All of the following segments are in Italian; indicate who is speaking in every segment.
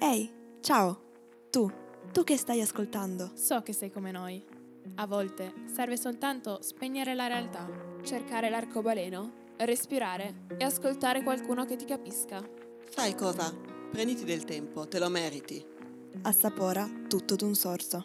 Speaker 1: Ehi, ciao! Tu, tu che stai ascoltando?
Speaker 2: So che sei come noi. A volte serve soltanto spegnere la realtà, cercare l'arcobaleno, respirare e ascoltare qualcuno che ti capisca.
Speaker 3: Sai cosa? Prenditi del tempo, te lo meriti.
Speaker 1: Assapora tutto d'un sorso.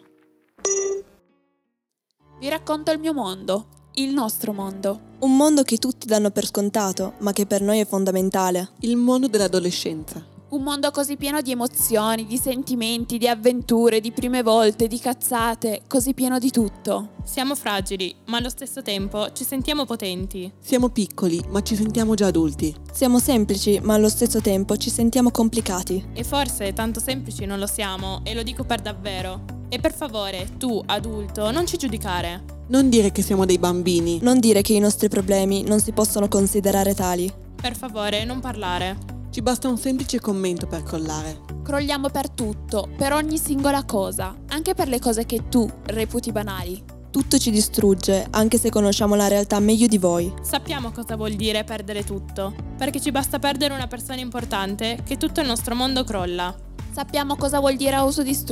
Speaker 2: Vi racconto il mio mondo, il nostro mondo.
Speaker 1: Un mondo che tutti danno per scontato, ma che per noi è fondamentale.
Speaker 3: Il mondo dell'adolescenza.
Speaker 2: Un mondo così pieno di emozioni, di sentimenti, di avventure, di prime volte, di cazzate, così pieno di tutto.
Speaker 4: Siamo fragili, ma allo stesso tempo ci sentiamo potenti.
Speaker 3: Siamo piccoli, ma ci sentiamo già adulti.
Speaker 1: Siamo semplici, ma allo stesso tempo ci sentiamo complicati.
Speaker 4: E forse tanto semplici non lo siamo, e lo dico per davvero. E per favore, tu, adulto, non ci giudicare.
Speaker 3: Non dire che siamo dei bambini.
Speaker 1: Non dire che i nostri problemi non si possono considerare tali.
Speaker 4: Per favore, non parlare.
Speaker 3: Ci basta un semplice commento per collare.
Speaker 2: Crolliamo per tutto, per ogni singola cosa, anche per le cose che tu reputi banali.
Speaker 1: Tutto ci distrugge, anche se conosciamo la realtà meglio di voi.
Speaker 4: Sappiamo cosa vuol dire perdere tutto, perché ci basta perdere una persona importante che tutto il nostro mondo crolla.
Speaker 2: Sappiamo cosa vuol dire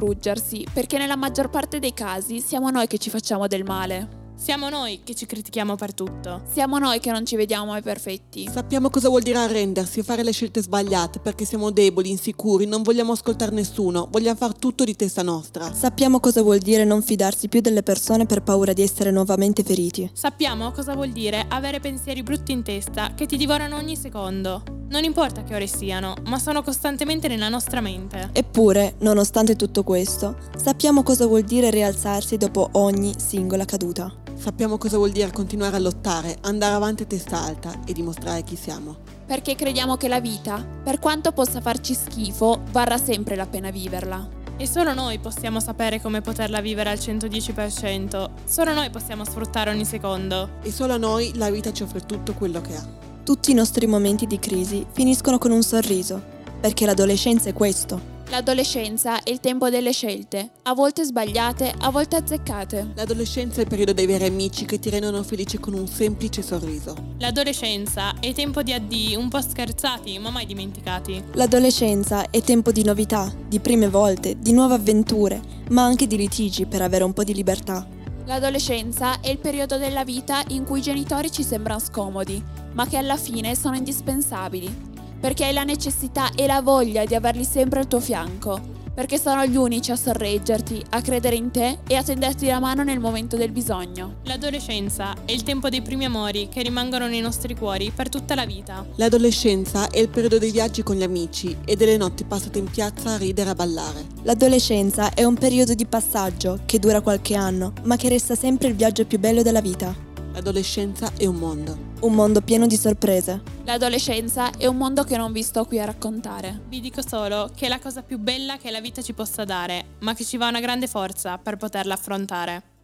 Speaker 2: autodistruggersi, perché nella maggior parte dei casi siamo noi che ci facciamo del male.
Speaker 4: Siamo noi che ci critichiamo per tutto.
Speaker 2: Siamo noi che non ci vediamo mai perfetti.
Speaker 3: Sappiamo cosa vuol dire arrendersi e fare le scelte sbagliate perché siamo deboli, insicuri, non vogliamo ascoltare nessuno, vogliamo far tutto di testa nostra.
Speaker 1: Sappiamo cosa vuol dire non fidarsi più delle persone per paura di essere nuovamente feriti.
Speaker 4: Sappiamo cosa vuol dire avere pensieri brutti in testa che ti divorano ogni secondo. Non importa che ore siano, ma sono costantemente nella nostra mente.
Speaker 1: Eppure, nonostante tutto questo, sappiamo cosa vuol dire rialzarsi dopo ogni singola caduta.
Speaker 3: Sappiamo cosa vuol dire continuare a lottare, andare avanti a testa alta e dimostrare chi siamo.
Speaker 2: Perché crediamo che la vita, per quanto possa farci schifo, varrà sempre la pena viverla.
Speaker 4: E solo noi possiamo sapere come poterla vivere al 110%. Solo noi possiamo sfruttare ogni secondo.
Speaker 3: E solo a noi la vita ci offre tutto quello che ha.
Speaker 1: Tutti i nostri momenti di crisi finiscono con un sorriso, perché l'adolescenza è questo.
Speaker 2: L'adolescenza è il tempo delle scelte, a volte sbagliate, a volte azzeccate.
Speaker 3: L'adolescenza è il periodo dei veri amici che ti rendono felice con un semplice sorriso.
Speaker 4: L'adolescenza è tempo di addii un po' scherzati, ma mai dimenticati.
Speaker 1: L'adolescenza è tempo di novità, di prime volte, di nuove avventure, ma anche di litigi per avere un po' di libertà.
Speaker 2: L'adolescenza è il periodo della vita in cui i genitori ci sembrano scomodi, ma che alla fine sono indispensabili. Perché hai la necessità e la voglia di averli sempre al tuo fianco, perché sono gli unici a sorreggerti, a credere in te e a tenderti la mano nel momento del bisogno.
Speaker 4: L'adolescenza è il tempo dei primi amori che rimangono nei nostri cuori per tutta la vita.
Speaker 3: L'adolescenza è il periodo dei viaggi con gli amici e delle notti passate in piazza a ridere e a ballare.
Speaker 1: L'adolescenza è un periodo di passaggio che dura qualche anno, ma che resta sempre il viaggio più bello della vita.
Speaker 3: L'adolescenza è un mondo.
Speaker 1: Un mondo pieno di sorprese.
Speaker 2: L'adolescenza è un mondo che non vi sto qui a raccontare.
Speaker 4: Vi dico solo che è la cosa più bella che la vita ci possa dare, ma che ci va una grande forza per poterla affrontare.